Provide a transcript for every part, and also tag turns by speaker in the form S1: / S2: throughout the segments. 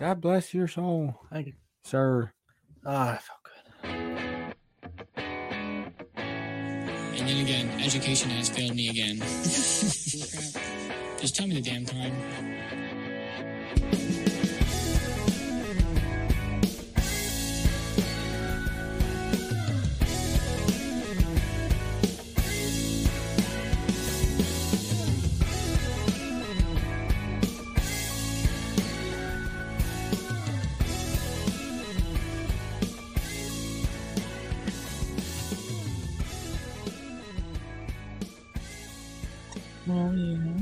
S1: God bless your soul,
S2: Thank you.
S1: sir.
S2: Ah, I felt good.
S3: And then again, education has failed me again. Just tell me the damn time.
S2: Oh, yeah.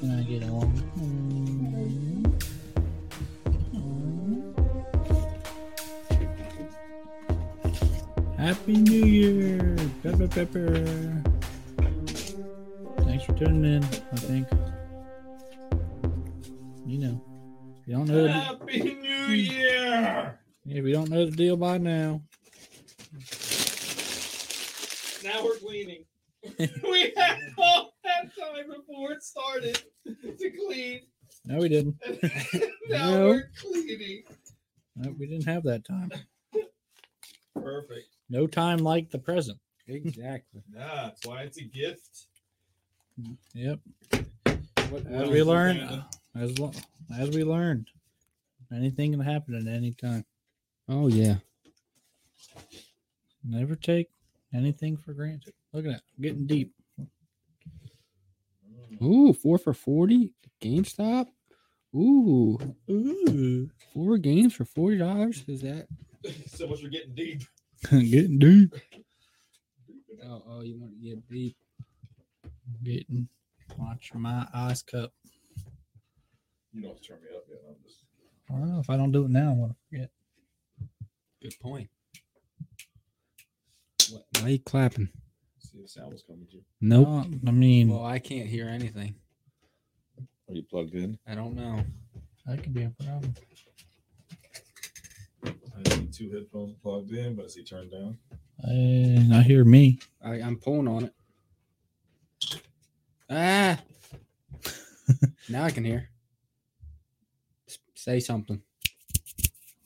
S2: Can I get on? Mm-hmm. Happy New Year, Pepper Pepper. Thanks for tuning in, I think. You know, if you don't know, the,
S4: Happy New Year!
S2: if you don't know the deal by now,
S4: Now we're cleaning. we had all that time before it started to clean.
S2: no, we didn't.
S4: now
S2: No.
S4: we're cleaning.
S2: No, we didn't have that time.
S4: Perfect.
S2: No time like the present.
S1: Exactly.
S4: Nah, that's why it's a gift.
S2: Yep.
S1: What,
S2: As
S4: Well,
S2: we
S4: you
S2: learned,
S4: kinda-
S2: as lo- as we learned, anything can happen at any time.
S1: oh yeah.
S2: Never take anything for granted. Look at that, getting deep.
S1: Ooh, four for forty. GameStop. Ooh,
S2: Ooh,
S1: four games for forty dollars. Is that?
S4: Mm. So much for getting deep.
S2: getting deep,
S1: Oh, oh, you want to get beat?
S2: getting. Watch my ice cup.
S4: You don't have to turn me up yet. I'm just.
S2: I don't know if I don't do it now, I'm gonna forget.
S1: Good point. What? Why you clapping?
S4: See, the sound was coming through.
S1: Nope.
S2: Uh, I mean,
S1: Well, I can't hear anything.
S4: Are you plugged in?
S1: I don't know.
S2: that could be a problem.
S4: I see two headphones plugged in, but I see turned down.
S2: And I Uh, hear me.
S1: I, I'm pulling on it. Ah. now I can hear. S- Say something.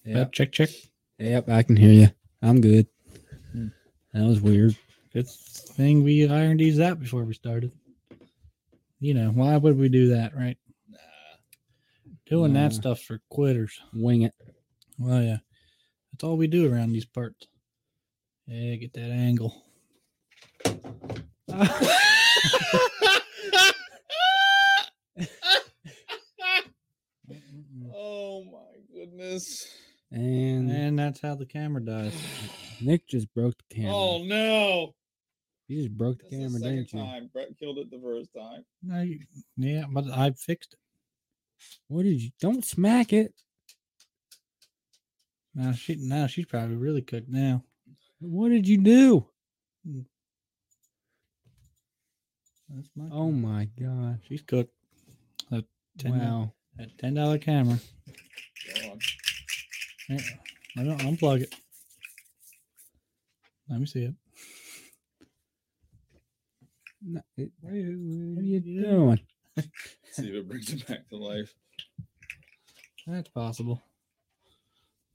S2: Yep.
S1: Yep.
S2: Check, check.
S1: Yep. I can hear you. I'm good.
S2: Hmm.
S1: That was weird.
S2: Good thing we ironed these out before we started. You know, why would we do that, right?
S4: Nah.
S2: Doing that
S1: Nah.
S2: stuff for quitters.
S1: Wing it.
S2: Well, yeah, that's all we do around these parts. Yeah, get that angle.
S1: Mm-hmm.
S4: oh my goodness.
S1: And
S2: And that's how the camera dies.
S1: Nick just broke the camera.
S4: Oh no.
S1: you just broke the
S4: That's the
S1: camera,
S4: second
S1: didn't you?
S4: time. Brett killed it the first time.
S2: I, yeah, but I fixed it.
S1: What did you? Don't smack it.
S2: Now she now she's probably really cooked now.
S1: What did you do?
S2: That's my
S1: Oh my god!
S2: she's cooked. That ten dollar
S1: Wow.
S2: that ten dollar camera.
S4: God.
S2: Yeah, I don't unplug it. Let me see it.
S1: No, it- what are you doing?
S4: See if it brings it back to life.
S2: That's possible.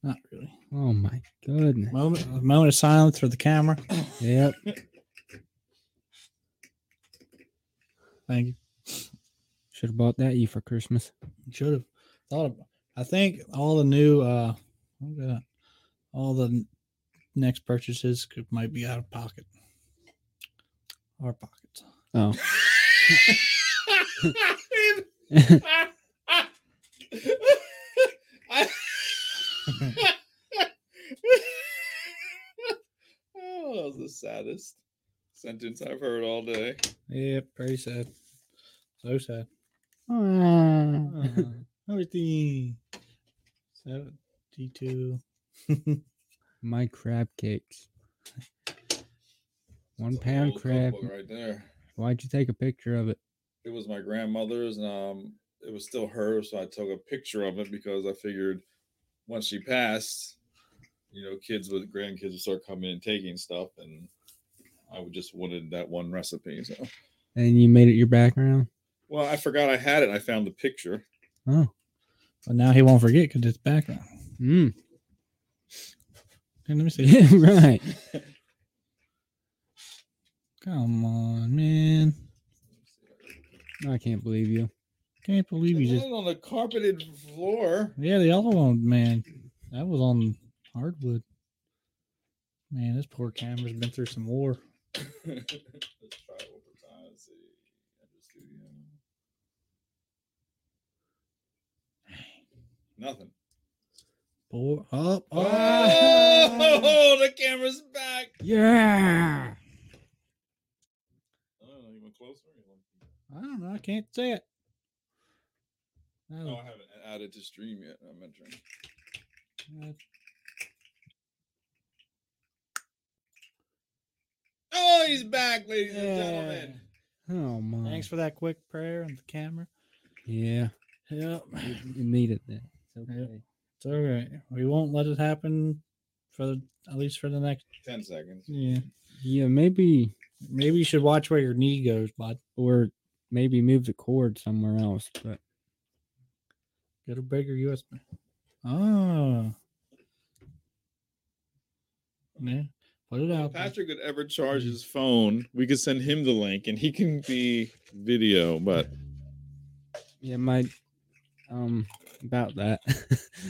S2: Not really.
S1: Oh my goodness.
S2: Moment moment of silence for the camera.
S1: Yep.
S2: Thank you.
S1: Should have bought that you for Christmas.
S2: Should have thought of. I think all the new, uh, what was that? all the n- next purchases could might be out of pocket. Our pockets.
S1: Oh.
S4: Oh, that was the saddest sentence I've heard all day.
S2: Yeah, pretty sad. So sad.
S1: Uh,
S2: Everything. Seventy-two.
S1: my crab cakes. One
S4: It's a
S1: pound
S4: whole
S1: crab.
S4: cookbook right there.
S1: Why'd you take a picture of it?
S4: It was my grandmother's, and um, it was still hers, so I took a picture of it because I figured once she passed, you know, kids with grandkids would start coming and taking stuff, and I would just wanted that one recipe. So,
S1: And you made it your background?
S4: well, I forgot I had it. I found the picture.
S1: Oh.
S2: But now he won't forget because it's background.
S1: Mm.
S2: Here, let me see.
S1: Yeah, right.
S2: Come on, man.
S1: I can't believe you.
S2: Can't believe
S4: It
S2: you just.
S4: landed on the carpeted floor.
S2: Yeah, the other one, man. That was on hardwood. Man, this poor camera's been through some war.
S4: Let's try it one more time. Let's see. Enter studio. Nothing.
S2: Boy, oh, oh.
S4: Oh, the camera's back.
S1: Yeah.
S4: I don't know, you went closer. or you went-
S2: I don't know. I can't say it. That
S4: No,
S2: was-
S4: I haven't added to stream yet. I'm entering.
S2: that-
S4: Oh, he's back, ladies and
S2: yeah.
S4: gentlemen.
S1: Oh my.
S2: Thanks for that quick prayer and the camera.
S1: Yeah.
S2: Yep.
S1: You, you needed that. It's
S2: Yep.
S1: okay.
S2: It's all right. We won't let it happen for the, at least for the next.
S4: Ten seconds.
S2: Yeah.
S1: Yeah, maybe
S2: Maybe you should watch where your knee goes, bud.
S1: or maybe move the cord somewhere else. But
S2: Get a bigger USB. Oh. Yeah. Put it
S4: If
S2: out. there.
S4: Patrick could ever charge his phone, we could send him the link, and he can be video. But
S1: yeah, my um about that.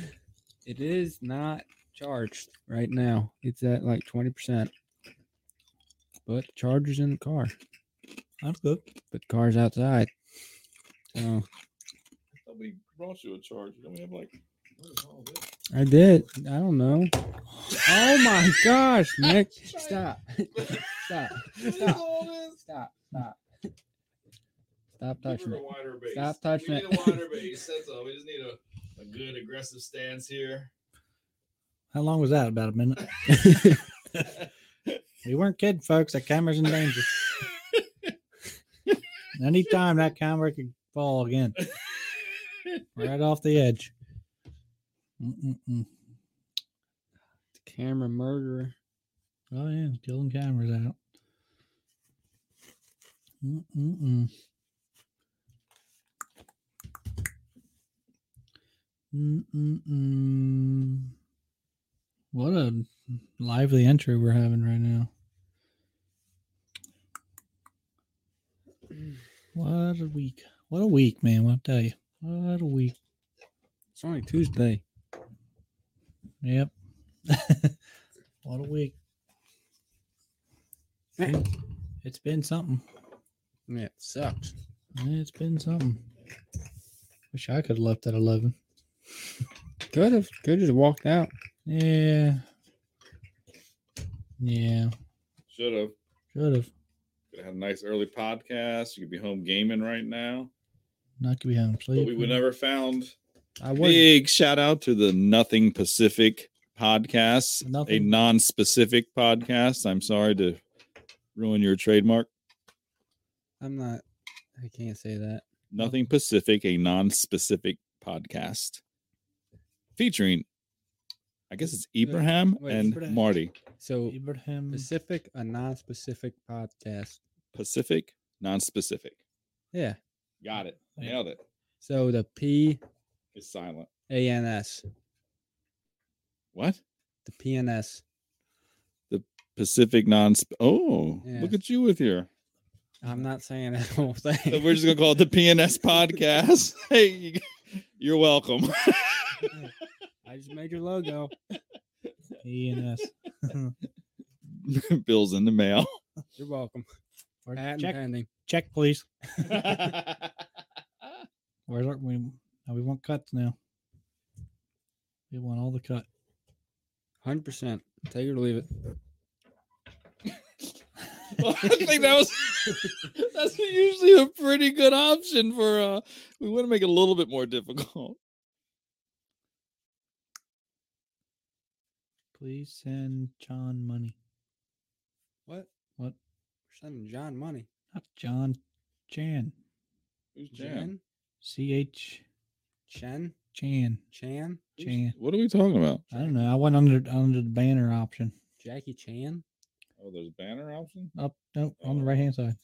S1: it is not charged right now. It's at like twenty percent. But the charger's in the car.
S2: I'm good.
S1: But the car's outside. So
S4: we brought you a charger. Don't we have like? what is all this?
S1: I did. I don't know. Oh my gosh, Nick. Stop. Stop.
S4: What is
S1: Stop.
S4: all this?
S1: Stop. Stop. Stop
S4: Give
S1: touching
S4: her
S1: it.
S4: a wider base.
S1: Stop touching
S4: we
S1: it.
S4: need a wider base. That's all. We just need a, a good aggressive stance here.
S2: How long was that? About a minute. We weren't kidding, folks. That camera's in danger. Anytime that camera could fall again, right off the edge. Mm-mm-mm.
S1: Camera murderer.
S2: Oh yeah, killing cameras out. Mm-mm-mm. Mm-mm-mm. What a lively entry we're having right now. What a week. What a week, man. I'll tell you. What a week.
S1: It's only Tuesday.
S2: Yep. what a week.
S1: Man.
S2: It's been something.
S1: Yeah, it sucks.
S2: It's been something. Wish I could have left at 11.
S1: Could have could have walked out.
S2: Yeah. Yeah.
S4: Should have.
S2: Should have.
S4: Could have had a nice early podcast. You could be home gaming right now.
S2: Not could be home
S4: But
S2: sleep.
S4: we would never found.
S1: I was
S4: Big shout out to the Nothing Pacific podcast, a
S2: Nothing.
S4: non-specific podcast. I'm sorry to ruin your trademark.
S1: I'm not I can't say that.
S4: Nothing Pacific, a non-specific podcast featuring, I guess it's Ibrahim
S1: wait,
S4: and
S1: Ibrahim.
S4: Marty.
S1: So
S2: Ibrahim.
S1: Pacific, a non specific podcast.
S4: Pacific, non-specific.
S1: Yeah.
S4: Got it. Nailed it.
S1: So the P
S4: It's silent.
S1: A N S.
S4: What?
S1: The P N S.
S4: Pacific non. Oh,
S1: Yeah.
S4: look at you with your.
S1: I'm not saying that whole thing.
S4: So We're just gonna call it the PNS podcast. hey, you- you're welcome.
S1: I just made your logo.
S2: ENS.
S4: Bill's in the mail.
S1: You're welcome.
S2: Or
S1: Patent
S2: Check,
S1: pending.
S2: check, please.
S4: That's
S2: Where's our, we? now we want cuts now. We want all the cut.
S1: Hundred percent. Take it or leave it.
S4: Well, I think that was that's usually a pretty good option for uh we want to make it a little bit more difficult.
S2: Please send John money.
S1: What?
S2: What?
S1: We're sending John money.
S2: Not John. Chan.
S4: Who's Jan?
S1: Jan?
S2: C H
S1: Chen?
S2: Chan.
S1: Chan?
S2: Chan.
S4: What are we talking about?
S2: I don't know. I went under under the banner option.
S1: Jackie Chan?
S4: Oh, there's banner option?
S2: Up, nope, on
S1: Oh.
S2: the right hand side.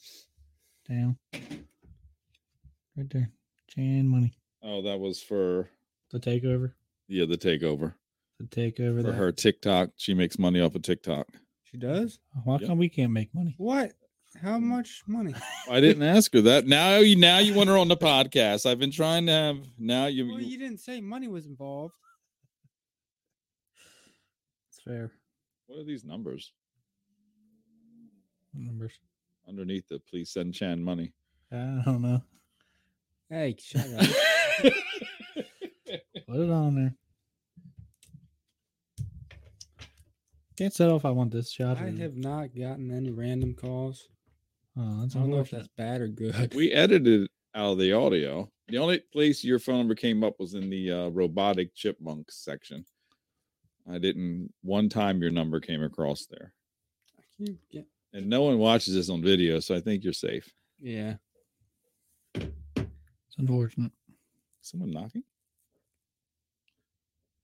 S2: Down. Right there. Chan money.
S4: Oh, that was for
S2: The takeover.
S4: Yeah, the takeover
S2: The takeover.
S4: for
S2: that.
S4: her TikTok. She makes money off of TikTok.
S1: She does?
S2: Why
S4: Yep.
S2: come we can't make money?
S1: What? How much money?
S4: I didn't ask her that. Now you now you want her on the podcast. I've been trying to have now you,
S1: well,
S4: you-
S1: you didn't say money was involved.
S2: It's fair.
S4: what are these numbers
S2: Numbers.
S4: underneath the please send Chan money?
S2: I don't know.
S1: Hey, shut up.
S2: Put it on there. Can't settle if I want this shot.
S1: I
S2: or-
S1: have not gotten any random calls.
S2: Oh, that's
S1: I don't know if
S2: unfortunate.
S1: that's bad or good.
S4: we edited out the audio. The only place your phone number came up was in the uh, robotic chipmunks section. I didn't one time your number came across there.
S1: I keep get-
S4: And no one watches this on video, so I think you're safe.
S1: yeah.
S2: It's unfortunate.
S4: Someone knocking?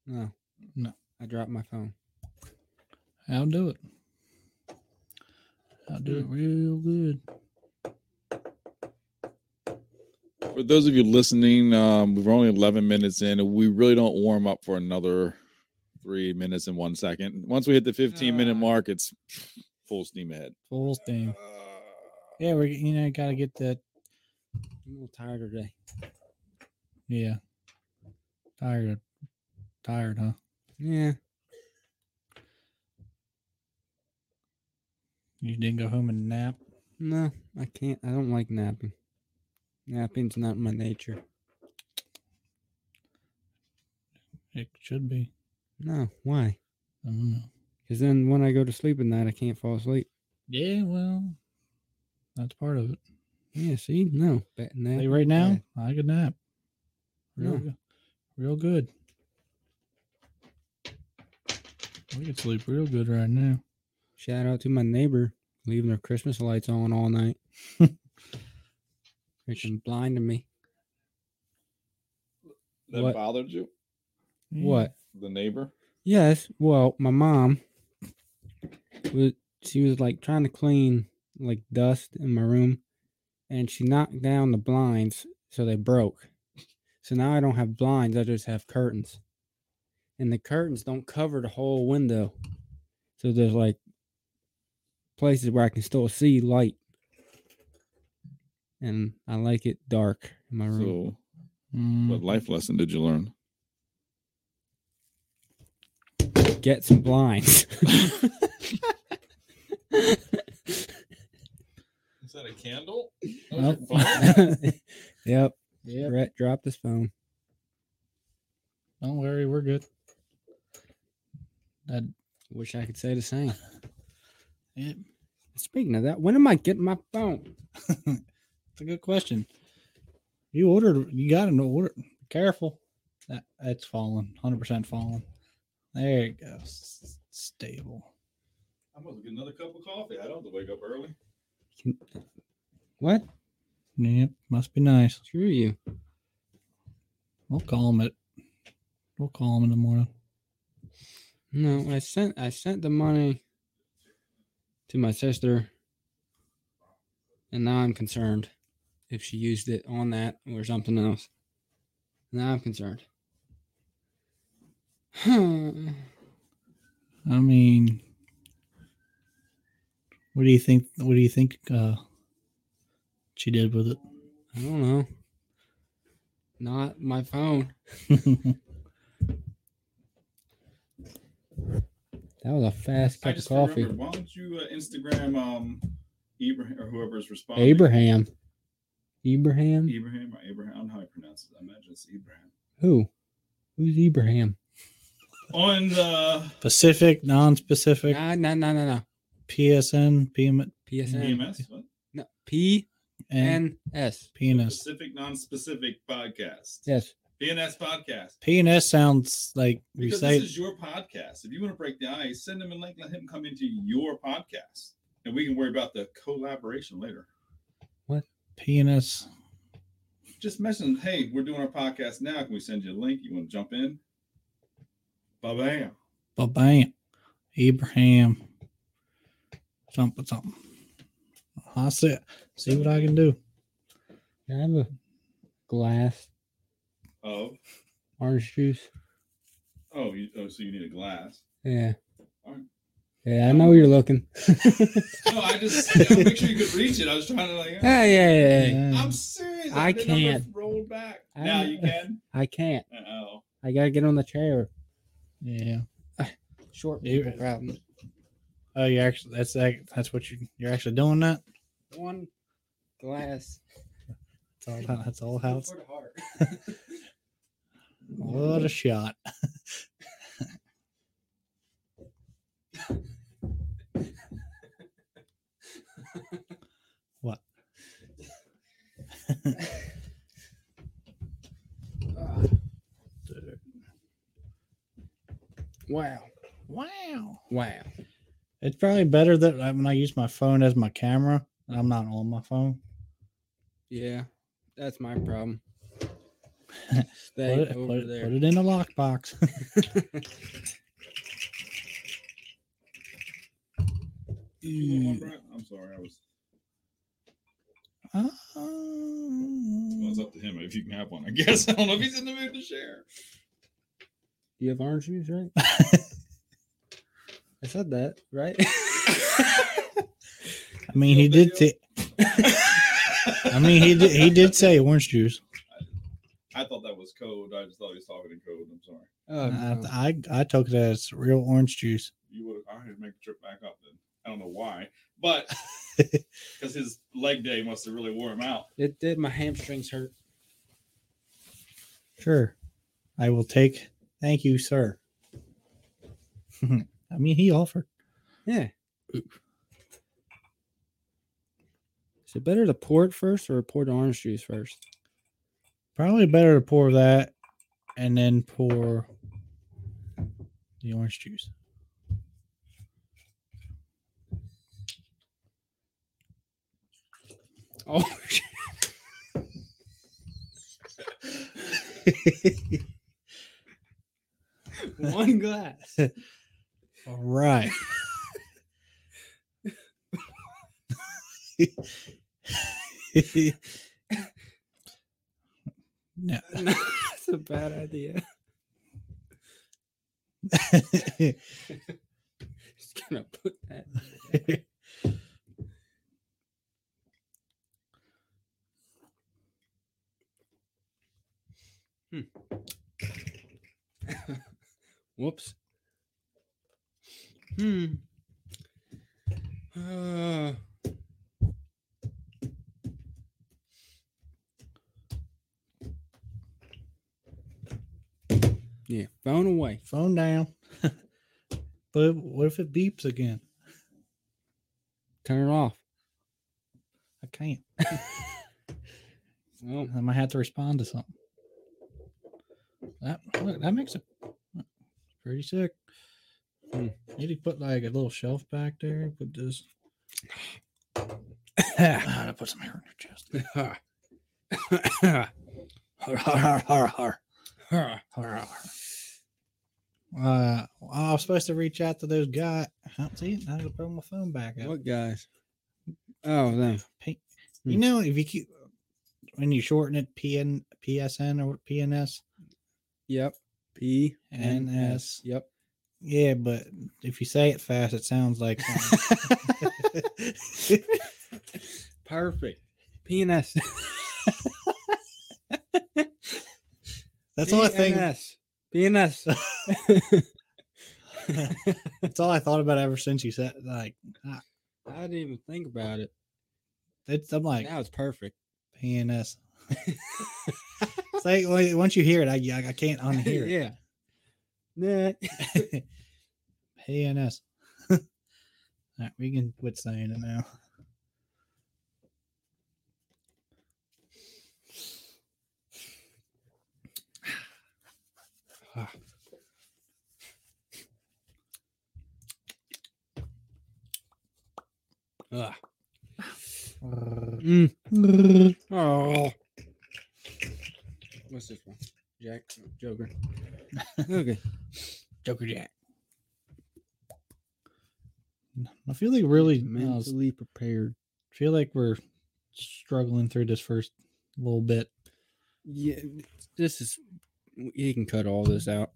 S1: No.
S2: No.
S1: I dropped my phone.
S2: I'll do it. I'll do it real good.
S4: For those of you listening, um, we're only 11 minutes in, and we really don't warm up for another three minutes and one second. Once we hit the 15 minute
S1: Ah.
S4: mark, it's full steam ahead.
S2: Full steam. Yeah, we're you know gotta get that.
S1: I'm a little tired today.
S2: Yeah. Tired. of- Tired, huh?
S1: Yeah.
S2: You didn't go home and nap.
S1: No, I can't. I don't like napping. Napping's not my nature.
S2: It should be.
S1: No. Why?
S2: I don't know.
S1: Because then when I go to sleep at night, I can't fall asleep.
S2: Yeah, well, that's part of it.
S1: Yeah. See? No. But
S2: Hey,
S1: nap.
S2: right now, I could nap. Real,
S1: Yeah.
S2: good. real good. We could sleep real good right now.
S1: Shout out to my neighbor leaving their Christmas lights on all night. Freaking blinding me.
S4: That
S1: What?
S4: bothered you?
S2: Yeah.
S1: What?
S4: The neighbor?
S1: Yes. Well, my mom was she was like trying to clean like dust in my room and she knocked down the blinds so they broke. So now I don't have blinds, I just have curtains. And the curtains don't cover the whole window. So there's like places where I can still see light. And I like it dark in my room.
S4: So,
S2: Mm,
S4: what life lesson did you learn?
S1: Get some blinds.
S4: Is that a candle?
S1: yep.
S2: yeah.
S1: Brett dropped his phone.
S2: Don't worry, we're good. That
S1: Wish I could say the same.
S2: Yep.
S1: Speaking of that, when am I getting my phone?
S2: It's a good question. You ordered, you got an order. Careful. That, that's fallen, 100% fallen. There it goes. S- Stable.
S4: I'm going to get another cup of coffee. I don't have to wake up early.
S1: What?
S2: Yep. Must be nice.
S1: Screw you.
S2: We'll call him it. We'll call him in the morning.
S1: No, I sent I sent the money to my sister, and now I'm concerned if she used it on that or something else. Now I'm concerned.
S2: I mean, what do you think? What do you think uh, she did with
S1: I don't know. Not my phone.
S2: it?
S1: That was a fast
S4: I
S1: cup of
S4: just
S1: coffee.
S4: remembered. Why don't you uh, Instagram um, Abraham or whoever's responding?
S1: Abraham. Abraham.
S4: Abraham or Abraham? I don't know how you pronounce it. I imagine it's Abraham.
S1: Who? Who's Abraham?
S4: On the
S2: Pacific, non-specific,
S1: Nah, nah, nah, nah, nah.
S2: PSN, PM,
S1: PSN.
S4: PMS, what?
S1: No, PNS.
S2: and penis.
S4: Pacific Non-Specific Podcast,
S1: Yes.
S4: PNS Podcast.
S2: PNS sounds like we
S4: Because
S2: say
S4: this is your podcast. If you want to break the ice, send him a link. Let him come into your podcast, and we can worry about the collaboration later.
S2: penis.
S4: Just mention, hey, we're doing our podcast now. Can we send you a link? You want to jump in? Ba bam.
S2: Ba bam. Abraham. Something, something. I see. See what I can do.
S1: Can I have a glass
S4: Oh,
S1: Orange juice.
S4: Oh, you, oh, so you need a glass.
S1: Yeah.
S4: Alright.
S1: Yeah, I know you're looking.
S4: No, I just you know, make sure you could reach it. I was trying to like.
S1: Ah, yeah, yeah, yeah.
S2: Yeah.
S4: I'm serious.
S1: I
S4: I've been number
S1: can't.
S4: Rolled back.
S1: I
S4: now
S1: don't-
S4: you can.
S1: I can't.
S4: Oh,
S1: I gotta get on the chair.
S2: yeah.
S1: Short
S2: You-
S1: people problem.
S2: Oh, you actually that's ac- that's what you you're actually doing that.
S1: One glass.
S2: That's all. That's all how it's
S1: For the heart.
S2: what a shot. what?
S1: Ah, wow.
S2: Wow.
S1: Wow.
S2: It's probably better that I- when I use my phone as my camera, and I'm not on my phone.
S1: Yeah. That's my problem.
S2: Put
S1: Stay
S2: it,
S1: over
S2: put it-
S1: there.
S2: put it in a lockbox.
S4: you want one, Brett? I'm sorry. I was. Well, it's
S2: Ah.
S4: up to him if you can have one. I guess I don't know if he's in the mood to share.
S1: You have orange juice, right? I said that, right?
S2: I mean, he did. T- I mean, he did. He did say orange juice.
S4: I thought that was code. I just thought he was talking in code. I'm sorry.
S1: oh, no.
S2: I, I I took it as real orange juice.
S4: You would. I had to make the trip back up then. I don't know why, but because his leg day must have really wore him out.
S1: it did. My hamstrings hurt.
S2: Sure, I will take. Thank you, sir. I mean, he offered.
S1: Yeah. Is it better to pour it first or pour the orange juice first?
S2: Probably better to pour that and then pour the orange juice.
S1: Oh, one glass.
S2: All right. no.
S1: No, that's a bad idea. Just gonna put that. Whoops. Hmm. Uh, yeah, phone away.
S2: Phone down. but what if it beeps again?
S1: Turn it off.
S2: I can't.
S1: Well,
S2: I might have to respond to something. That look, that makes it pretty sick.
S1: Hmm.
S2: Need to put like a little shelf back there. and Put this. Ah, that put some air in your chest. Har, har, har, har, har, har, har. Uh, I was supposed to reach out to those guys. I don't see it. I gotta put my phone back up.
S1: what guys? Oh, them.
S2: You
S1: Hmm.
S2: know, if you keep when you shorten it, PN, PSN or PNS,
S1: Yep. P
S2: N S.
S1: Yep.
S2: Yeah, but if you say it fast, it sounds like something.
S1: Perfect. P and S.
S2: that's all I think.
S1: PNS. PNS.
S2: that's all I thought about ever since you said like ah,
S1: I didn't even think about it.
S2: it's, I'm like
S1: Now it's perfect.
S2: PNS. it's like when- once you hear it, I I I can't unhear
S1: yeah. Nah.
S2: it. PNS. all right, we can quit saying it now. Uh,
S1: Ugh. Mm. Oh. What's this one? Jack Joker. okay.
S2: Joker Jack. I feel like really uh,
S1: mentally prepared.
S2: feel like we're struggling through this first little bit.
S1: Yeah. This is he can cut all this out.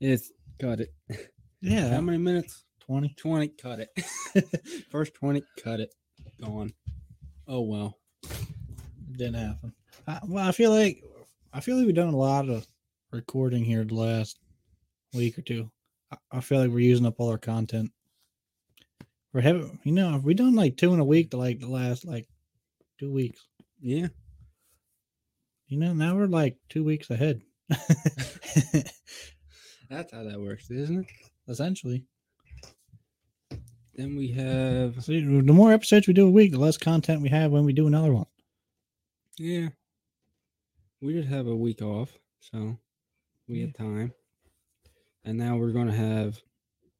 S1: it's cut it. How
S2: Yeah,
S1: many minutes?
S2: 20.
S1: 20, cut it. First 20, cut it. Gone. Oh, well.
S2: Didn't happen. I, well, I feel like I feel like we've done a lot of recording here the last week or two. I, I feel like we're using up all our content. We're having, you know, have we done like two in a week to like the last like two weeks?
S1: Yeah.
S2: You know, now we're like two weeks ahead,
S1: That's how that works, isn't it?
S2: essentially.
S1: Then we have,
S2: So the more episodes we do a week, the less content we have when we do another one.
S1: yeah. We did have a week off. So we had time. And now we're going to have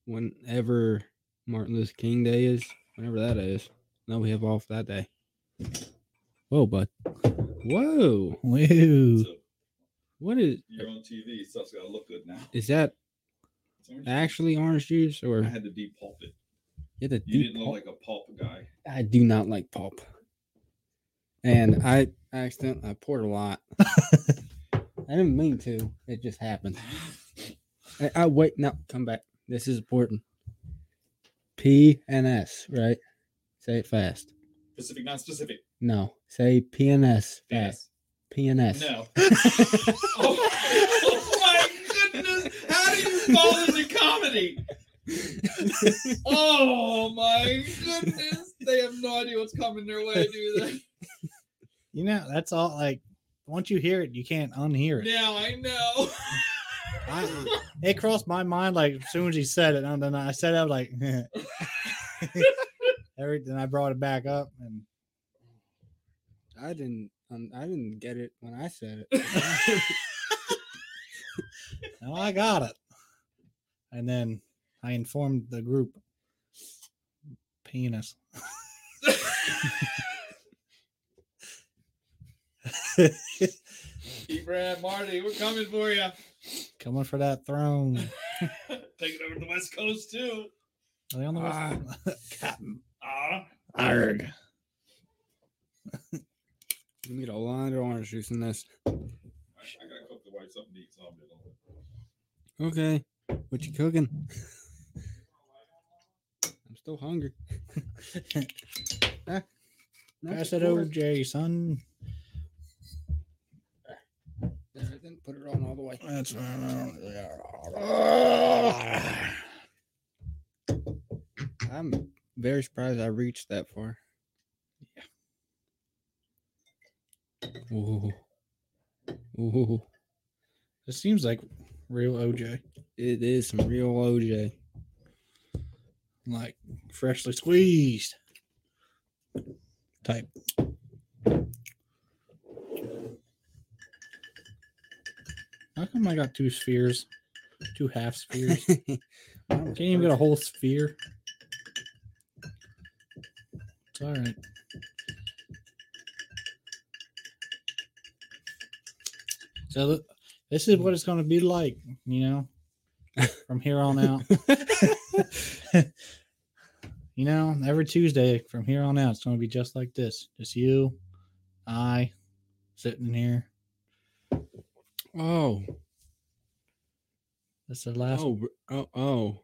S1: whenever Martin Luther King Day is, whenever that is. Now we have off that day. Whoa, bud. Whoa.
S2: Woo.
S4: So
S1: What is,
S4: you're on TV, so it's got to look good now.
S1: is that
S4: It's orange juice.
S1: actually orange juice or
S4: I had to depulp it.
S1: you had to
S4: You didn't
S1: depulp-
S4: look like a pulp guy.
S1: I do not like pulp. And I accident I poured a lot. I didn't mean to. It just happened. I, I wait no, come back. This is important. P and S, right? Say it fast.
S4: Pacific, not specific.
S1: No. Say P and S
S4: Yes.
S1: fast. P and S.
S4: No. oh, oh my goodness! How do you fall into comedy? Oh my goodness! They have no idea what's coming their way, do
S2: You know, that's all like once you hear it, you can't unhear
S4: they?
S2: it.
S4: Now I know.
S2: I, it crossed my mind like as soon as he said it, and then I said it, I was like everything I brought it back up and
S1: I didn't um, I didn't get it when I said it.
S2: now I got it. And then I informed the group. Penis.
S4: Brad, Marty, we're coming for you.
S2: Coming for that throne.
S4: Take it over to the West Coast too.
S2: Are they on the West- Captain
S4: Ah,
S2: Arg.
S1: we need a lot of orange juice in this.
S4: I, I gotta cook the wife something to eat, so I'll be alone.
S1: Okay. What you cooking? I'm still hungry. Ah, not
S2: Pass
S1: the
S2: it
S1: fork.
S2: over, Jerry, son.
S1: There, I didn't put it on all the way.
S2: That's
S1: I'm very surprised I reached that far. Yeah. Ooh. Ooh.
S2: This seems like real OJ,
S1: It is some real OJ.
S2: like freshly squeezed type. How come I got two spheres, two half spheres? Can't even get a whole sphere. It's all right. So th- this is what it's going to be like, you know, from here on out. you know, every Tuesday from here on out, it's going to be just like this. Just you, I, sitting here.
S1: Oh.
S2: That's the last.
S1: Oh. br- Oh. Oh.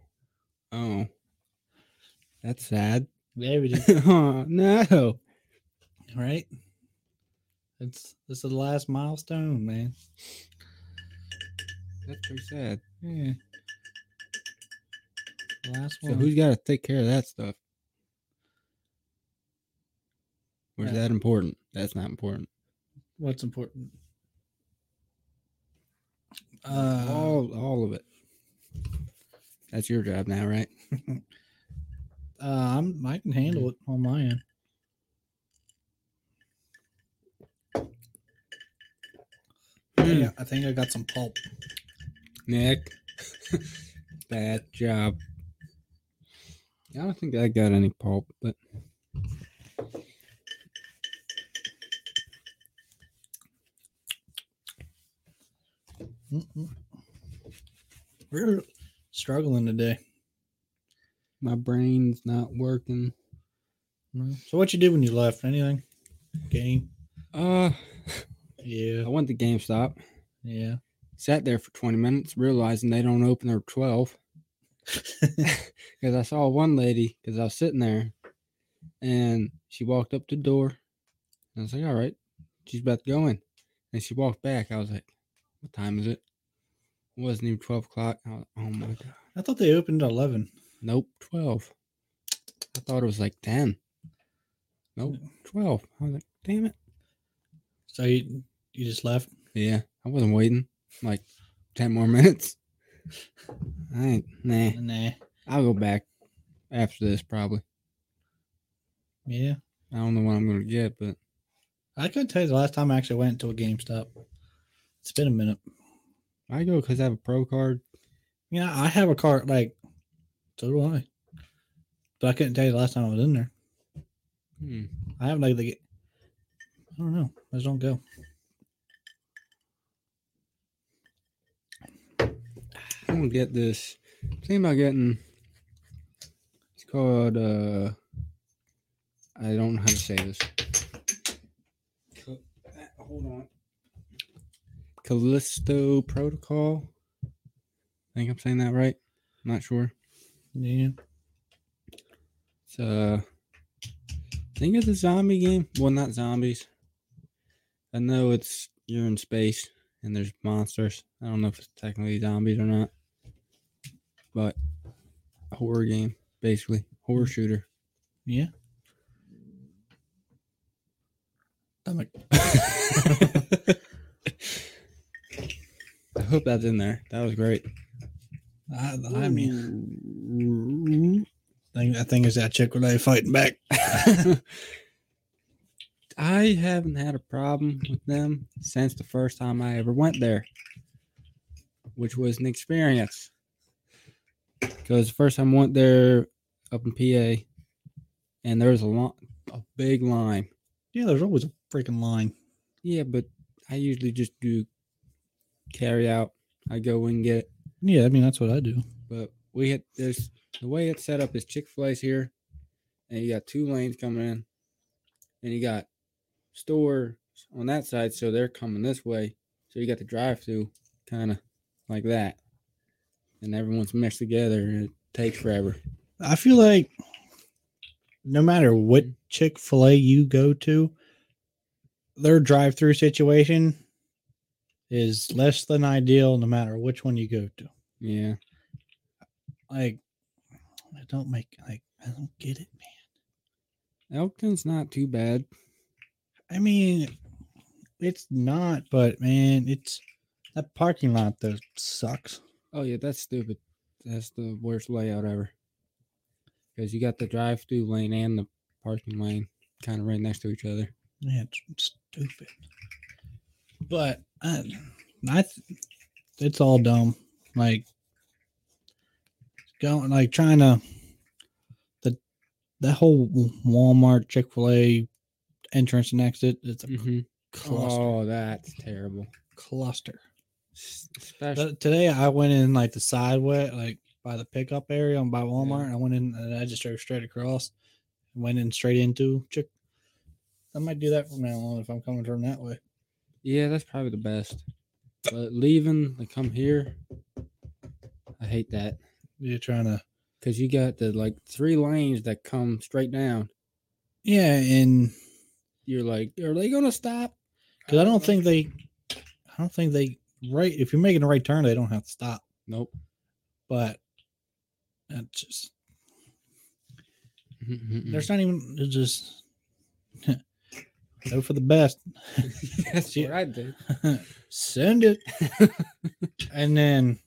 S1: Oh. That's sad.
S2: Yeah, we just
S1: oh, no.
S2: right? It's this is the last milestone, man.
S1: That's pretty sad.
S2: Yeah. Last
S1: So
S2: one.
S1: who's got to take care of that stuff? Or is
S2: Yeah.
S1: that important? That's not important.
S2: What's important? Uh,
S1: all, all of it. That's your job now, right?
S2: uh, I'm, I can handle it on my end.
S1: Hmm.
S2: Yeah, I think I got some pulp.
S1: Nick, bad job. I don't think I got any pulp, but
S2: Mm-mm. We're struggling today.
S1: my brain's not working.
S2: So what you did when you left? Anything? Game?
S1: Uh,
S2: Yeah.
S1: I went to GameStop.
S2: Yeah.
S1: Sat there for 20 minutes, realizing they don't open their 12. Because I saw one lady, because I was sitting there, and she walked up to the door. I was like, all right, she's about to go in. And she walked back. I was like, what time is it? It wasn't even 12 o'clock. I was, oh my God.
S2: I thought they opened at 11.
S1: Nope, 12. I thought it was like 10. Nope, 12. I was like, damn it.
S2: So you, you just left?
S1: Yeah, I wasn't waiting like 10 more minutes. I ain't, nah,
S2: Nah.
S1: I'll go back after this probably.
S2: Yeah.
S1: I don't know what I'm going to get, but
S2: I couldn't tell you the last time I actually went to a GameStop. It's been a minute.
S1: I go because I have a pro card.
S2: You know, I have a cart, like, so do I. But I couldn't tell you the last time I was in there.
S1: Hmm.
S2: I have, like, the. I don't know. I just don't go.
S1: I'm going to get this. Thinking about getting, it's called, uh, I don't know how to say this. Hold on. Callisto Protocol. I think I'm saying that right. not sure.
S2: Yeah.
S1: It's uh I think it's a zombie game. Well not zombies. I know it's you're in space and there's monsters. I don't know if it's technically zombies or not. But a horror game, basically. Horror shooter.
S2: Yeah. I'm like,
S1: I hope that's in there. That was great.
S2: I, I mean, Mm-hmm. thing, that thing is that Chick fil A fighting back.
S1: I haven't had a problem with them since the first time I ever went there, which was an experience. Because the first time I went there up in PA, and there was a long, a big line.
S2: Yeah, there's always a freaking line.
S1: Yeah, but I usually just do carry out. I go and get it.
S2: Yeah, I mean, that's what I do.
S1: But we had there's the way it's set up is Chick fil A's here, and you got two lanes coming in, and you got store on that side, so they're coming this way. So you got the drive through kind of like that, and everyone's mixed together, and it takes forever.
S2: I feel like no matter what Chick fil A you go to, their drive through situation is less than ideal no matter which one you go to.
S1: Yeah,
S2: Like, I don't make, like, I don't get it, man.
S1: Elkton's not too bad.
S2: I mean, it's not, but man, it's that parking lot though sucks.
S1: Oh yeah, that's stupid. That's the worst layout ever. Because you got the drive through lane and the parking lane kind of right next to each other.
S2: Yeah, it's it's stupid. But I, I th- it's all dumb. Like going like trying to the that whole Walmart Chick Fil A entrance and exit. It's a
S1: Mhm.
S2: cluster.
S1: Oh, that's terrible.
S2: Cluster.
S1: Especially,
S2: But today I went in like the side way, like by the pickup area and by Walmart. I went in and I just drove straight across. Went in straight into Chick. I might do that from now on if I'm coming from that way.
S1: yeah, that's probably the best. But leaving to come here, I hate that
S2: You're trying to
S1: because you got the like three lanes that come straight down.
S2: Yeah, and
S1: You're like, are they gonna stop?
S2: because I don't think they, I don't think they right. If you're making a right turn, they don't have to stop.
S1: Nope.
S2: But that's just
S1: Mm-mm-mm.
S2: there's not even it's just go for the best.
S1: that's what I do.
S2: Send it, and then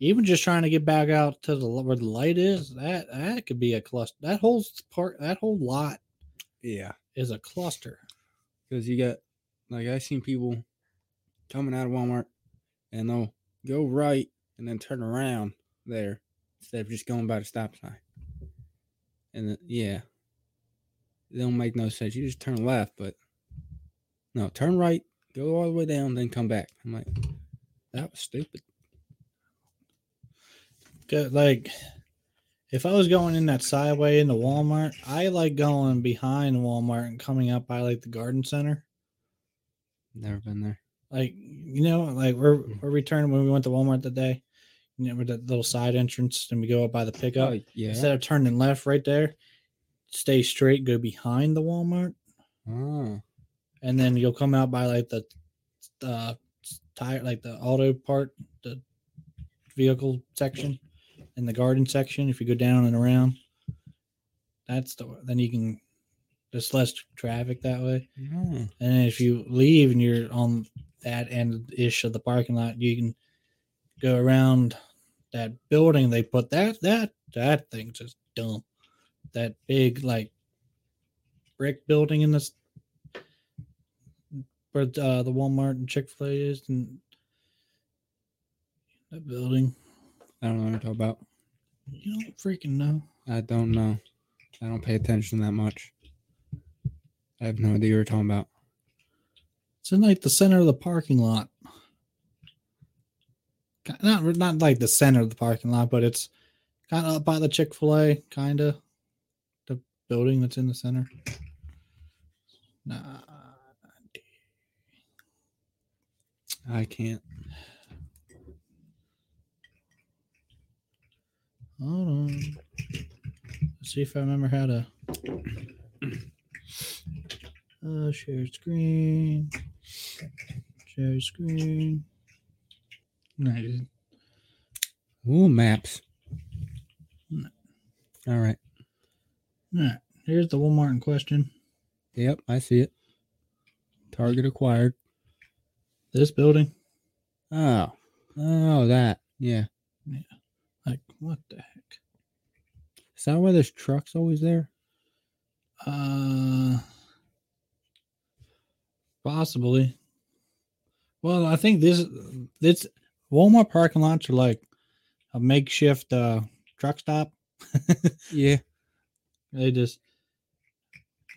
S2: even just trying to get back out to the where the light is. That that could be a cluster. That whole part, that whole lot
S1: Yeah,
S2: is a cluster.
S1: because you got like I've seen people coming out of Walmart and they'll go right and then turn around there instead of just going by the stop sign. And the, yeah, it don't make no sense. You just turn left, but no, turn right, go all the way down, then come back. I'm like, that was stupid.
S2: 'Cause, like if I was going in that sideway into Walmart, I like going behind Walmart and coming up by like the garden center.
S1: Never been there.
S2: Like you know, like we're
S1: Mm-hmm.
S2: we're returning when we went to Walmart that day. You know, with that little side entrance, and we go up by the pickup.
S1: Oh, yeah.
S2: Instead of turning left right there, stay straight, go behind the Walmart,
S1: Oh,
S2: and then you'll come out by like the uh tire like the auto part, the vehicle section and the garden section. If you go down and around, that's the then you can there's less traffic that way.
S1: yeah.
S2: And then if you leave and you're on that end ish of the parking lot, you can go around that building. They put that that that thing's just dumb. That big like brick building in this where uh, the Walmart and Chick Fil A is, and that building.
S1: I don't know what you're talking about.
S2: You don't freaking know.
S1: I don't know. I don't pay attention that much. I have no idea what you're talking about.
S2: It's in like the center of the parking lot. Ki- Not not like the center of the parking lot, but it's kind of up by the Chick Fil A, kind of the building that's in the center. Nah,
S1: I can't.
S2: hold on. Let's see if I remember how to. Uh, share screen. Share screen. No, I didn't.
S1: Ooh, maps.
S2: No.
S1: All right.
S2: All right. Here's the Walmart in question.
S1: Yep, I see it. Target acquired.
S2: This building.
S1: Oh. Oh, that. Yeah.
S2: Like, what the heck?
S1: Is that why this truck's always there?
S2: Uh, possibly. Well, I think this this Walmart parking lots are like a makeshift uh, truck stop.
S1: Yeah.
S2: they just,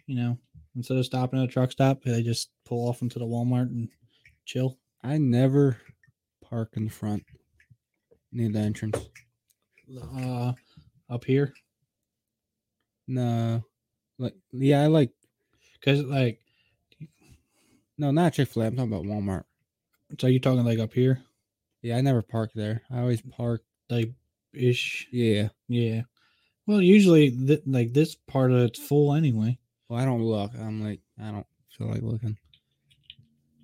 S2: you know, instead of stopping at a truck stop, they just pull off into the Walmart and chill.
S1: I never park in the front near the entrance.
S2: Uh, up here.
S1: No. Like, yeah, I like,
S2: Cause like,
S1: no, not Chick fil A. I'm talking about Walmart.
S2: so you're talking like up here,
S1: Yeah, I never park there. I always park.
S2: like ish.
S1: Yeah.
S2: Yeah. Well, usually th- like this part of it's full anyway.
S1: Well, I don't look. I'm like, I don't feel like looking.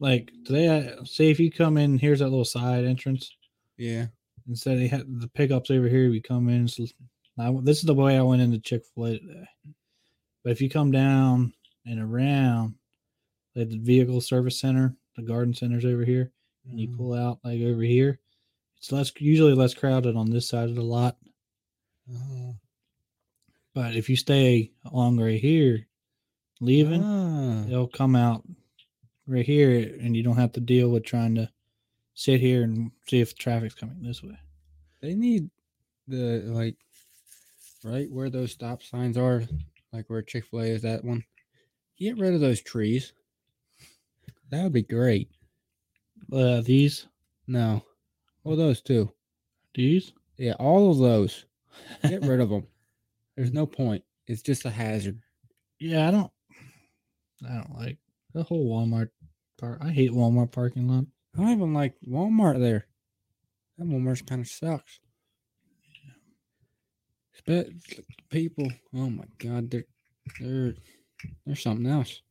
S2: Like today, I say if you come in, here's that little side entrance.
S1: Yeah.
S2: Instead, they had the pickups over here. We come in. So I, this is the way I went into Chick Fil A today. But if you come down and around, like the vehicle service center, the garden center's over here, and you
S1: Mm.
S2: pull out like over here, it's less usually less crowded on this side of the lot.
S1: Oh.
S2: But if you stay along right here, leaving,
S1: Ah.
S2: they'll come out right here and you don't have to deal with trying to sit here and see if traffic's coming this way
S1: They need the like right where those stop signs are, like where Chick fil A is that one. Get rid of those trees. That would be great.
S2: uh these
S1: No. Well, those two.
S2: these
S1: Yeah, all of those. Get rid of them. There's no point. It's just a hazard.
S2: yeah i don't i don't like the whole walmart part i hate walmart parking lot
S1: I don't even like Walmart there. That Walmart kind of sucks. But people, oh my God, they're they're they're something else.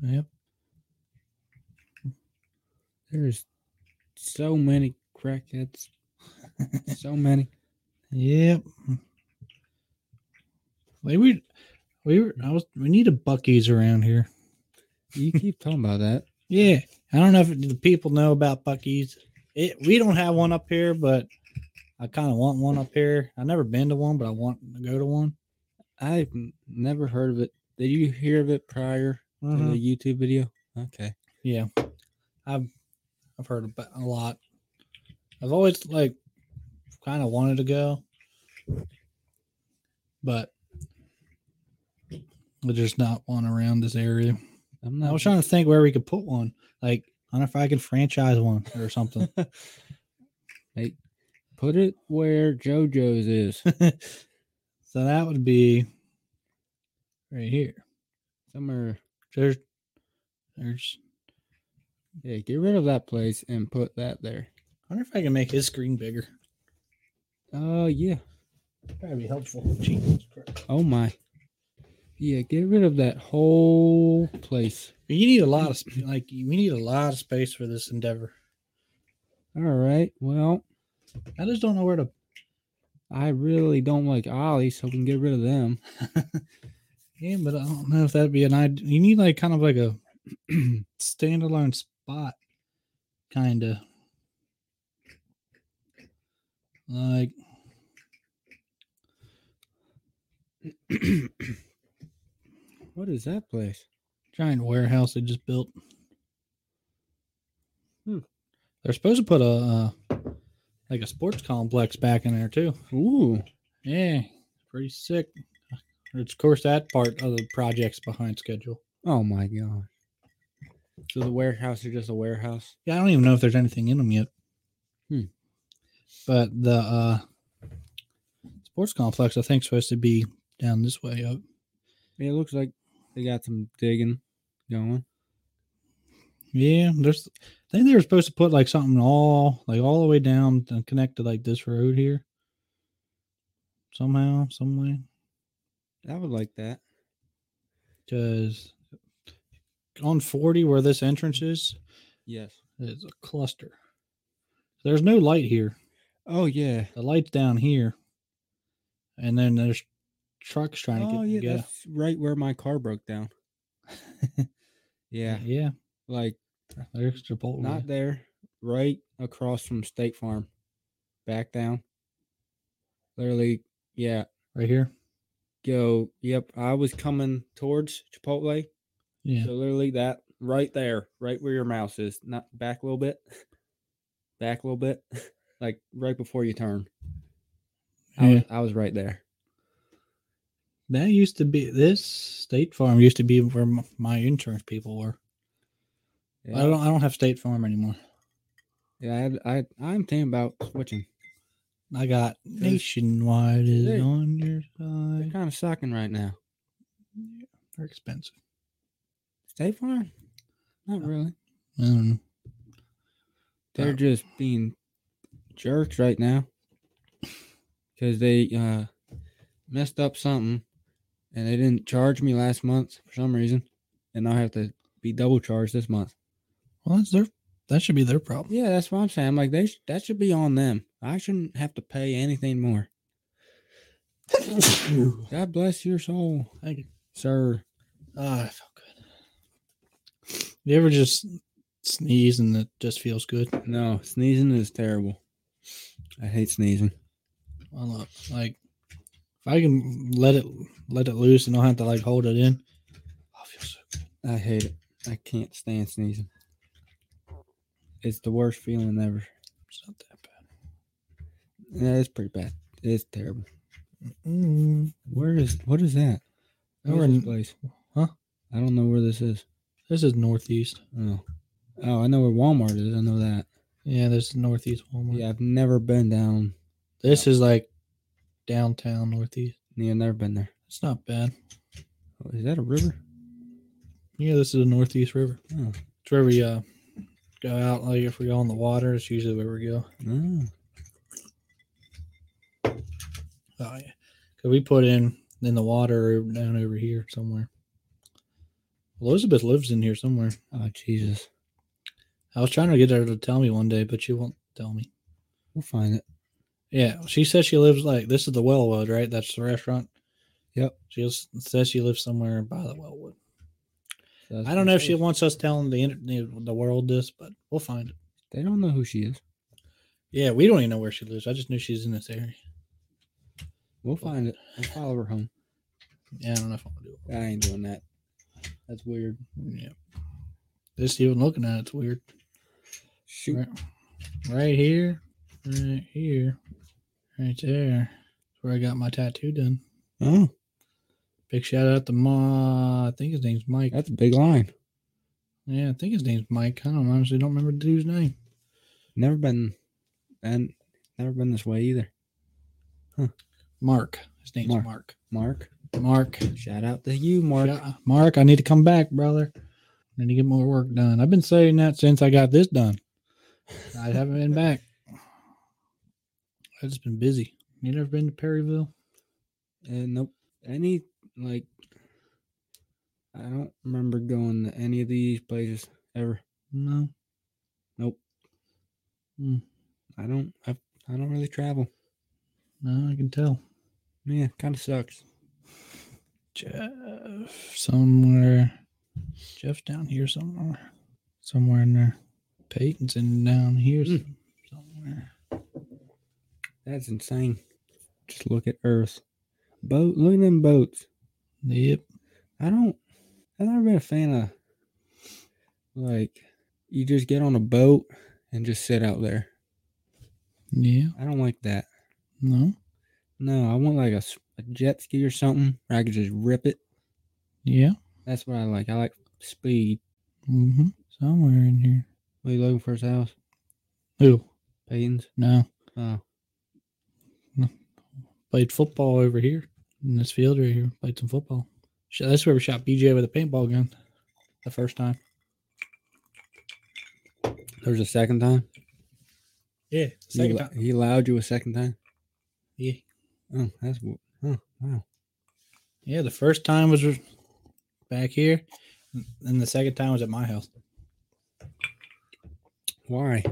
S2: yep
S1: There's so many crackheads. so many.
S2: yep we we we were i was we need a bucky's around here
S1: You keep talking about that.
S2: yeah i don't know if the people know about bucky's it, we don't have one up here but i kind of want one up here i've never been to one but i want to go to one
S1: I've n- never heard of it. Did you hear of it prior to
S2: Mhm.
S1: the YouTube video? Okay.
S2: Yeah, I've I've heard about a lot. I've always like kind of wanted to go, but there's just not one around this area.
S1: I'm
S2: I
S1: not
S2: was trying to think where we could put one. Like, I don't know if I could franchise one or something.
S1: Like, put it where JoJo's is.
S2: so that would be right here.
S1: Somewhere
S2: There's there's
S1: Yeah, get rid of that place and put that there.
S2: I wonder if I can make his screen bigger.
S1: Oh yeah.
S2: That'd be helpful. Jesus Christ.
S1: Oh my. Yeah, get rid of that whole place.
S2: But you need a lot of sp- like we need a lot of space for this endeavor.
S1: All right. Well,
S2: I just don't know where to.
S1: I really don't like Ollie, so we can get rid of them.
S2: Yeah, but I don't know if that'd be an idea. You need like kind of like a standalone spot, kind of like
S1: What is that place?
S2: giant warehouse they just built.
S1: Hmm.
S2: They're supposed to put a uh, like a sports complex back in there too.
S1: Ooh.
S2: Yeah, pretty sick. It's of course that part of the project's behind schedule.
S1: Oh my god. So the warehouse are just a warehouse.
S2: Yeah, I don't even know if there's anything in them yet.
S1: Hmm.
S2: But the uh, sports complex, I think, is supposed to be down this way up.
S1: It looks like they got some digging going.
S2: Yeah, there's. I think they were supposed to put like something all like all the way down and connect to like this road here. Somehow, some way,
S1: I would like that.
S2: because on forty where this entrance is,
S1: Yes.
S2: it's a cluster. There's no light here.
S1: Oh yeah.
S2: The light's down here, and then there's trucks trying
S1: Oh
S2: to
S1: yeah,
S2: get. go.
S1: that's right where my car broke down. Mm-hmm. yeah,
S2: Yeah,
S1: like
S2: there's Chipotle.
S1: not there, right across from State Farm, back down. Literally, yeah.
S2: right here.
S1: Go. Yep, I was coming towards Chipotle,
S2: Yeah,
S1: so literally that right there, right where your mouse is, not back a little bit, back a little bit, like right before you turn. I,
S2: yeah.
S1: was, I was right there.
S2: That used to be this State Farm used to be where m- my insurance people were. I
S1: Yeah,
S2: don't. I don't have State Farm anymore.
S1: yeah I, had- I, had- I'm thinking about switching.
S2: I got Nationwide is
S1: Hey.
S2: on your
S1: They're
S2: side.
S1: kind of sucking right now.
S2: They're expensive.
S1: State Farm? Not really.
S2: I don't know.
S1: They're
S2: Uh,
S1: just being jerks right now because they uh, messed up something and they didn't charge me last month for some reason. And I have to be double charged this month.
S2: Well, that's their. That should be their problem.
S1: Yeah, that's what I'm saying. I'm like, they sh- that should be on them. I shouldn't have to pay anything more.
S2: Ah,
S1: God bless your soul,
S2: Thank you.
S1: sir.
S2: Ah, I felt good. You ever just sneeze and it just feels good?
S1: No, sneezing is terrible. I hate sneezing.
S2: I love like if I can let it let it loose and don't have to like hold it in. I feel so.
S1: I hate it. I can't stand sneezing. It's the worst feeling ever.
S2: It's not that bad.
S1: Yeah, it's pretty bad. It's terrible.
S2: Mm.
S1: Where is what is that? Where
S2: We're
S1: is this
S2: in-
S1: place?
S2: huh?
S1: I don't know where this is.
S2: This is northeast.
S1: Oh. Oh, I know where Walmart is. I know that.
S2: Yeah, this is northeast Walmart.
S1: Yeah, I've never been down.
S2: This is like downtown northeast.
S1: Yeah, I've never been there.
S2: It's not bad.
S1: Oh, Is that a river?
S2: Yeah, this is the northeast river. Hmm.
S1: Oh.
S2: It's where we uh, go out. Like if we go on the water, it's usually where we go.
S1: No.
S2: Oh yeah, because we put in in the water down over here somewhere. Elizabeth lives in here somewhere.
S1: Oh Jesus.
S2: I was trying to get her to tell me one day, but she won't tell me.
S1: We'll find it.
S2: Yeah, she says she lives like this is the Wellwood, right? That's the restaurant.
S1: Yep.
S2: She s- says she lives somewhere by the Wellwood.
S1: That's
S2: I
S1: what
S2: don't know if she
S1: says.
S2: wants us telling the inter- the the world this, but we'll find it.
S1: They don't know who she is.
S2: Yeah, we don't even know where she lives. I just knew she's in this area.
S1: We'll find it. We'll follow her home.
S2: Yeah, I don't know if I'm gonna do it.
S1: I ain't doing that. That's weird.
S2: Yeah. Just even looking at it's weird.
S1: Shoot.
S2: Right, right here, right here, right there. That's where I got my tattoo done.
S1: Oh,
S2: Big shout out to Ma. I think his name's Mike.
S1: that's a big line.
S2: Yeah, I think his name's Mike. I don't honestly don't remember the dude's name.
S1: Never been, and never been this way either.
S2: Mark. His name's
S1: Mark.
S2: Mark.
S1: Mark,
S2: Mark.
S1: shout out to you, Mark.
S2: Mark. Mark. I need to come back, brother. Need to get more work done. I've been saying that since I got this done. I haven't been back. I've just been busy. You never been to Perryville?
S1: And Uh, nope. Any like I don't remember going to any of these places ever.
S2: No.
S1: Hmm. I don't I, I don't really travel.
S2: No, I can tell.
S1: Yeah, kind of sucks.
S2: Jeff somewhere. Jeff's down here somewhere. Somewhere in there. Peyton's in down here
S1: Mm.
S2: somewhere.
S1: That's insane. Just look at Earth. Boat look at them boats.
S2: Yep.
S1: I don't I've never been a fan of like you just get on a boat and just sit out there.
S2: Yeah.
S1: I don't like that.
S2: No.
S1: No, I want like a, s- a jet ski or something where I could just rip it.
S2: Yeah.
S1: That's what I like. I like speed.
S2: Mm-hmm. Somewhere in here.
S1: What are you looking for his house?
S2: Who?
S1: Peyton's?
S2: No.
S1: Oh,
S2: Played football over here in this field right here. Played some football. Sh- That's where we shot BJ with a paintball gun the first time.
S1: there was a second time?
S2: Yeah.
S1: He
S2: Second
S1: la-
S2: time.
S1: He allowed you a second time?
S2: Yeah.
S1: Oh, that's w- oh, wow.
S2: Yeah. The first time was back here. And the second time was at my house.
S1: Why?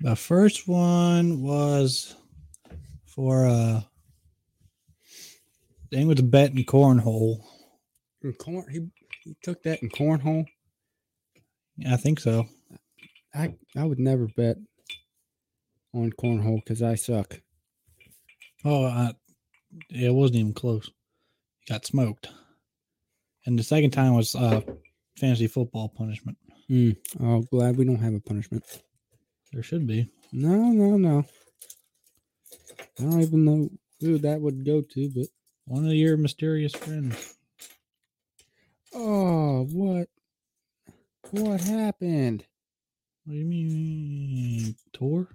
S2: The first one was for uh thing with the bet and cornhole.
S1: In corn, he, he took that in cornhole.
S2: Yeah, I think so.
S1: I I would never bet on cornhole because I suck.
S2: Oh, I, yeah, it wasn't even close. He got smoked. And the second time was uh fantasy football punishment.
S1: Oh, glad we don't have a punishment.
S2: There should be.
S1: No, no, no. I don't even know who that would go to, but
S2: One of your mysterious friends.
S1: oh, what what happened?
S2: What do you mean? Tore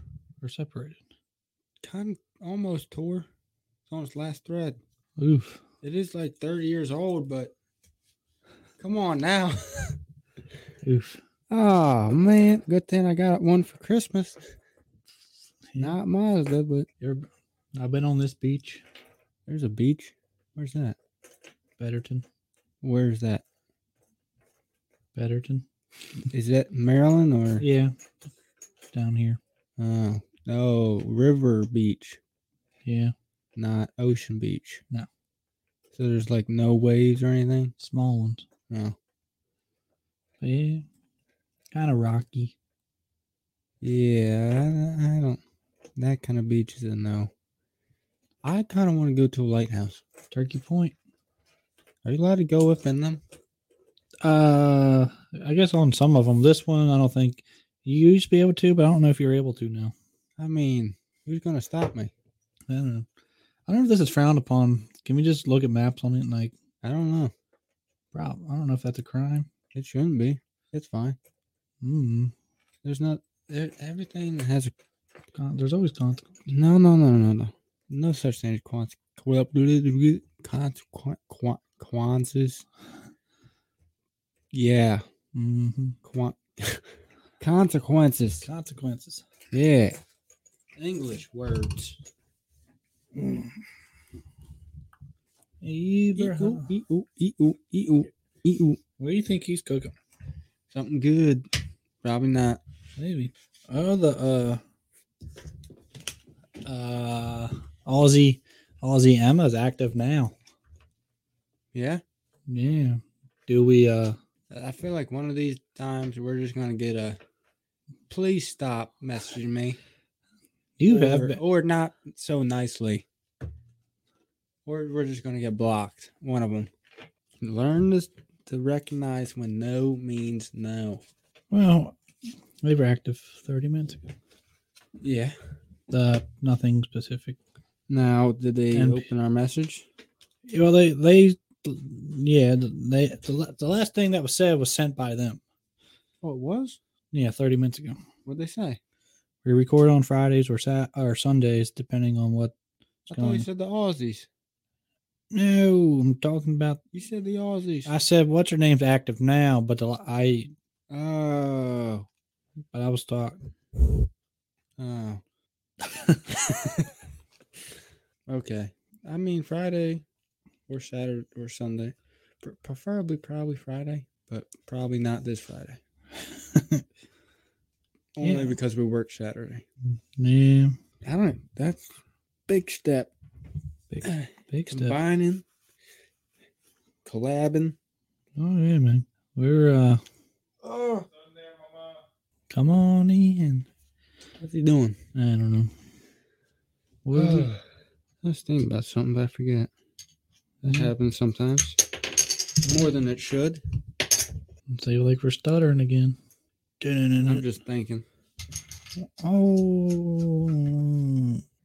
S2: or separated?
S1: Kind of almost tore. It's on its last thread.
S2: Oof.
S1: It is like 30 years old, but come on now.
S2: Oof.
S1: oh man, good thing I got one for Christmas. Not Mazda, but
S2: You're, I've been on this beach,
S1: there's a beach. Where's that?
S2: Betterton.
S1: Where's that?
S2: Betterton.
S1: Is that Maryland or
S2: Yeah. Down here.
S1: oh no River Beach,
S2: Yeah.
S1: not Ocean Beach?
S2: No.
S1: So there's like no waves or anything.
S2: Small ones.
S1: No.
S2: But yeah. Kind of rocky.
S1: Yeah, I, I don't. That kind of beach is a no. I kind of want to go to a lighthouse.
S2: Turkey Point.
S1: Are you allowed to go within them?
S2: Uh, I guess on some of them. This one, I don't think you used to be able to, but I don't know if you're able to now.
S1: I mean, who's gonna stop me?
S2: I don't know. I don't know if this is frowned upon. Can we just look at maps on it and like,
S1: I don't know.
S2: bro, I don't know if that's a crime.
S1: It shouldn't be. It's fine.
S2: Mm,
S1: There's not. There, everything has a
S2: con- there's always consequences.
S1: No, no, no, no, no. No such thing as quants. Consequences. Yeah.
S2: hmm
S1: Quant- consequences.
S2: Consequences.
S1: Yeah. English words.
S2: Abraham.
S1: Ee, ooh, ee, ooh, ee, ooh, ee, ooh.
S2: What do you think he's cooking?
S1: Something good. Probably not.
S2: Maybe. Oh, the uh, uh, Aussie, Aussie Emma is active now.
S1: Yeah.
S2: Yeah. Do we uh?
S1: I feel like one of these times we're just going to get a please stop messaging me.
S2: You
S1: or,
S2: have been.
S1: or not so nicely. Or we're just gonna get blocked. One of them. Learn to, to recognize when no means no.
S2: Well, they were active 30 minutes ago.
S1: Yeah.
S2: The nothing specific.
S1: Now, did they
S2: And-
S1: open our message?
S2: Well, they they yeah they the, la- the last thing that was said was sent by them.
S1: Oh, it was.
S2: Yeah, 30 minutes ago.
S1: What they say?
S2: We record on Fridays or Sat or Sundays depending on what.
S1: I thought you
S2: Gone.
S1: said the Aussies.
S2: No, I'm talking about.
S1: You said the Aussies.
S2: I said, what's her name's active now? But the, I,
S1: oh,
S2: but I was talking.
S1: oh. okay. I mean Friday, or Saturday, or Sunday, Pre- preferably probably Friday, but probably not this Friday. Only
S2: Yeah.
S1: because we work Saturday.
S2: Yeah,
S1: I don't. That's big step.
S2: big, big step.
S1: Combining, collabing.
S2: Oh yeah, man. We're uh,
S1: Oh,
S2: come on in.
S1: what's he doing?
S2: I don't know. What is it?
S1: I was thinking about something, but I forget. That
S2: Mhm.
S1: happens sometimes, Mm-hmm. more than it should.
S2: Say like we're stuttering again.
S1: I'm just thinking.
S2: Oh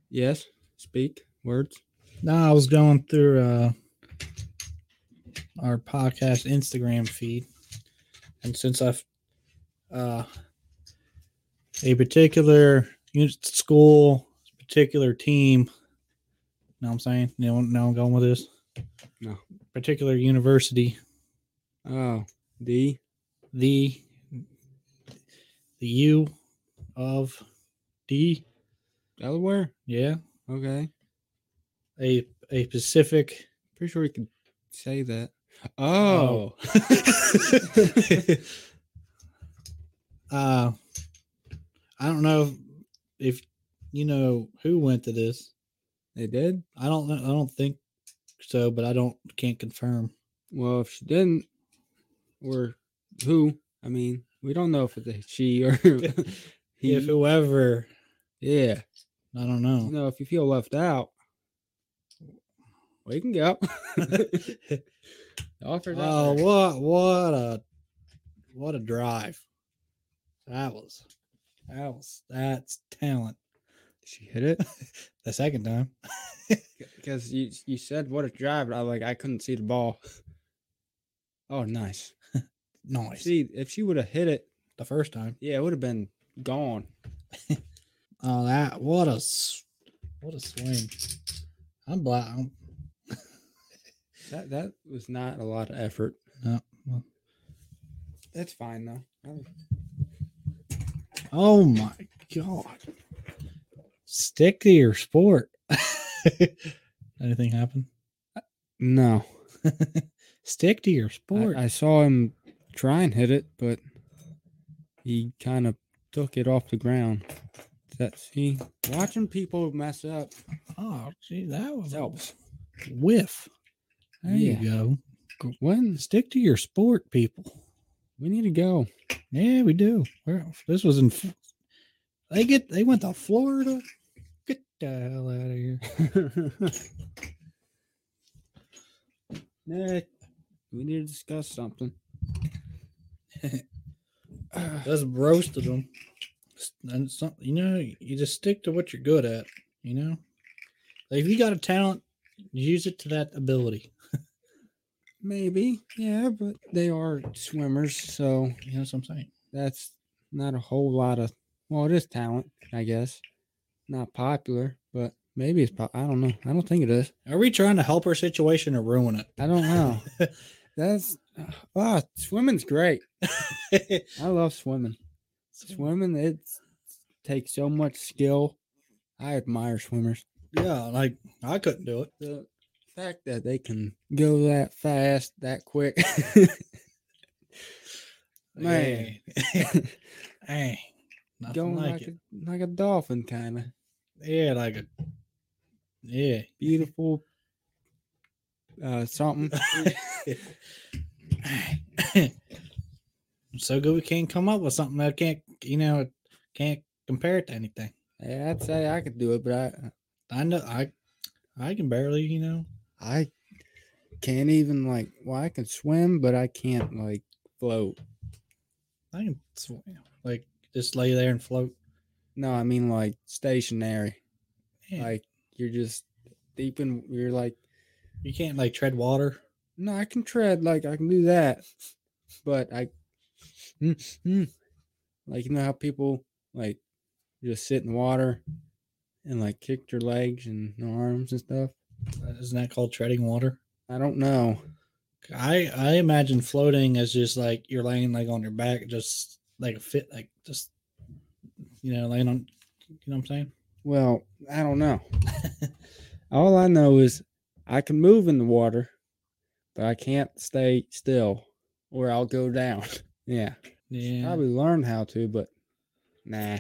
S1: Yes, speak words.
S2: no, I was going through uh our podcast Instagram feed. And since I've uh a particular uni- school, particular team, know what I'm saying? You know, now I'm going with this.
S1: No.
S2: Particular university,
S1: Oh, D.
S2: the the U of D,
S1: Delaware.
S2: yeah.
S1: Okay.
S2: a a Pacific.
S1: Pretty sure we could say that. Oh.
S2: Oh. uh, I don't know if you know who went to this.
S1: they did?
S2: I don't. know- I don't think so, but I don't can't confirm.
S1: Well, if she didn't, or who, I mean, we don't know if it's a she or he.
S2: If whoever,
S1: yeah.
S2: I don't
S1: You
S2: know.
S1: know, if you feel left out, we can go. the offer's
S2: Oh,
S1: out there.
S2: what what a what a drive! That was that was that's talent.
S1: She hit it.
S2: The second time,
S1: Because you you said what a drive. and I like I couldn't see the ball. Oh, nice.
S2: nice.
S1: See, if she would have hit it,
S2: The first time.
S1: yeah, it would have been gone.
S2: Oh, that what a s- what a swing! I'm black. I'm,
S1: That that was not a lot of effort.
S2: no, well,
S1: That's fine though. I-
S2: oh my god! Stick to your sport. Anything happen?
S1: No,
S2: Stick to your sport.
S1: I, I saw him try and hit it, but he kind of took it off the ground. That see, watching people mess up
S2: oh, gee, that was a
S1: helps.
S2: whiff. There
S1: Yeah.
S2: you go.
S1: When
S2: Stick to your sport, people.
S1: we need to go.
S2: Yeah, we do. We're, this was in. F- They get. They went to Florida. Get the hell out of here.
S1: Nick, we need to discuss something.
S2: That's roasted them. And some, you know, you just stick to what you're good at. You know, like if you got a talent, use it to that ability.
S1: Maybe, yeah, but they are swimmers, so
S2: You know what I'm saying?
S1: that's not a whole lot of. Well, it is talent, I guess. Not popular, but maybe it's. Pop- I don't know. I don't think it is.
S2: Are we trying to help our situation or ruin
S1: I don't know. That's ah, swimming's great.
S2: it?
S1: I love swimming. Swimming, it takes so much skill. I admire swimmers.
S2: yeah, like I couldn't do it.
S1: the fact that they can go that fast, that quick. Man,
S2: hey, hey, eh, nothing
S1: going
S2: like,
S1: like
S2: it.
S1: a, like a dolphin, kind of
S2: Yeah, like a yeah.
S1: beautiful. Uh, something.
S2: I'm so good we can't come up with something that can't you know can't compare it to anything.
S1: yeah, I'd say I could do it, but I
S2: I know I I can barely, you know.
S1: I can't even like. Well, I can swim, but I can't like float.
S2: I can sw- like just lay there and float.
S1: No, I mean like stationary.
S2: Yeah,
S1: Like you're just deep in. You're like
S2: you can't like tread water.
S1: No, I can tread like I can do that, but I, Mm, mm. like you know how people like just sit in water and like kick their legs and their arms and stuff.
S2: Uh, Isn't that called treading water?
S1: I don't know.
S2: I I imagine floating as just like you're laying like on your back, just like a fit, like just you know laying on. You know what I'm saying?
S1: Well, I don't know. All I know is I can move in the water, but I can't stay still or I'll go down. Yeah.
S2: Yeah.
S1: Probably learn how to, but nah.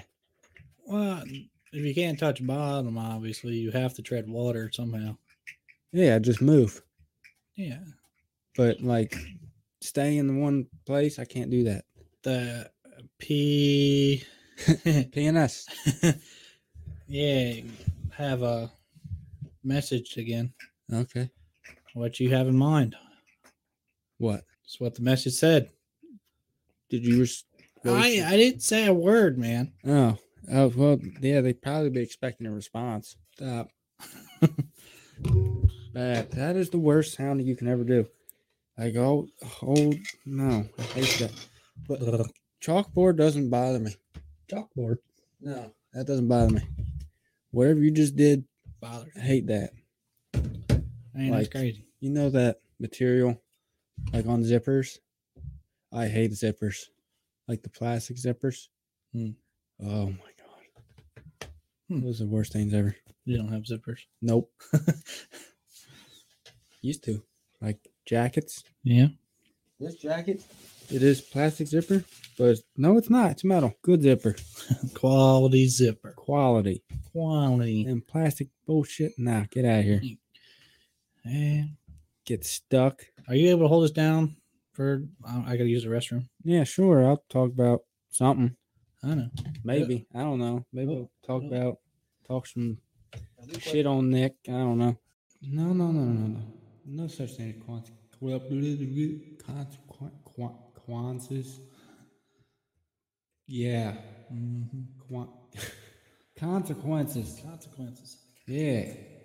S2: Well, if you can't touch bottom, obviously you have to tread water somehow.
S1: Yeah, just move.
S2: Yeah.
S1: But like stay in the one place, I can't do that.
S2: The P.
S1: PNS.
S2: yeah. Have a message again.
S1: Okay.
S2: What you have in mind?
S1: What?
S2: It's what the message said.
S1: Did you res-
S2: I I didn't say a word, man.
S1: Oh. Oh well yeah, they'd probably be expecting a response. Stop. Bad. That is the worst sound that you can ever do. Like oh oh no. I hate that. Chalkboard doesn't bother me.
S2: Chalkboard.
S1: No, that doesn't bother me. Whatever you just did,
S2: Bother.
S1: I hate that.
S2: Man, that's
S1: Like-
S2: crazy.
S1: You know that material, like on zippers. I hate zippers, like the plastic zippers.
S2: Hmm.
S1: Oh my god,
S2: Hmm.
S1: those are the worst things ever.
S2: You don't have zippers.
S1: Nope. Used to like jackets.
S2: Yeah.
S1: This jacket, it is plastic zipper, but no, it's not. It's metal. Good zipper
S2: Quality zipper.
S1: quality.
S2: Quality.
S1: And plastic bullshit. Nah, get out of here.
S2: Eh,
S1: Get stuck.
S2: Are you able to hold us down for? I, I gotta use the restroom.
S1: Yeah, sure. I'll talk about something.
S2: I know.
S1: Maybe. I don't know. Maybe
S2: Oh,
S1: I'll talk
S2: oh.
S1: about talk some shit on Nick. I don't know. No, no, no, no, no. No such thing as quant- consequences. Yeah.
S2: Mm-hmm.
S1: Quan- consequences.
S2: Consequences.
S1: Yeah.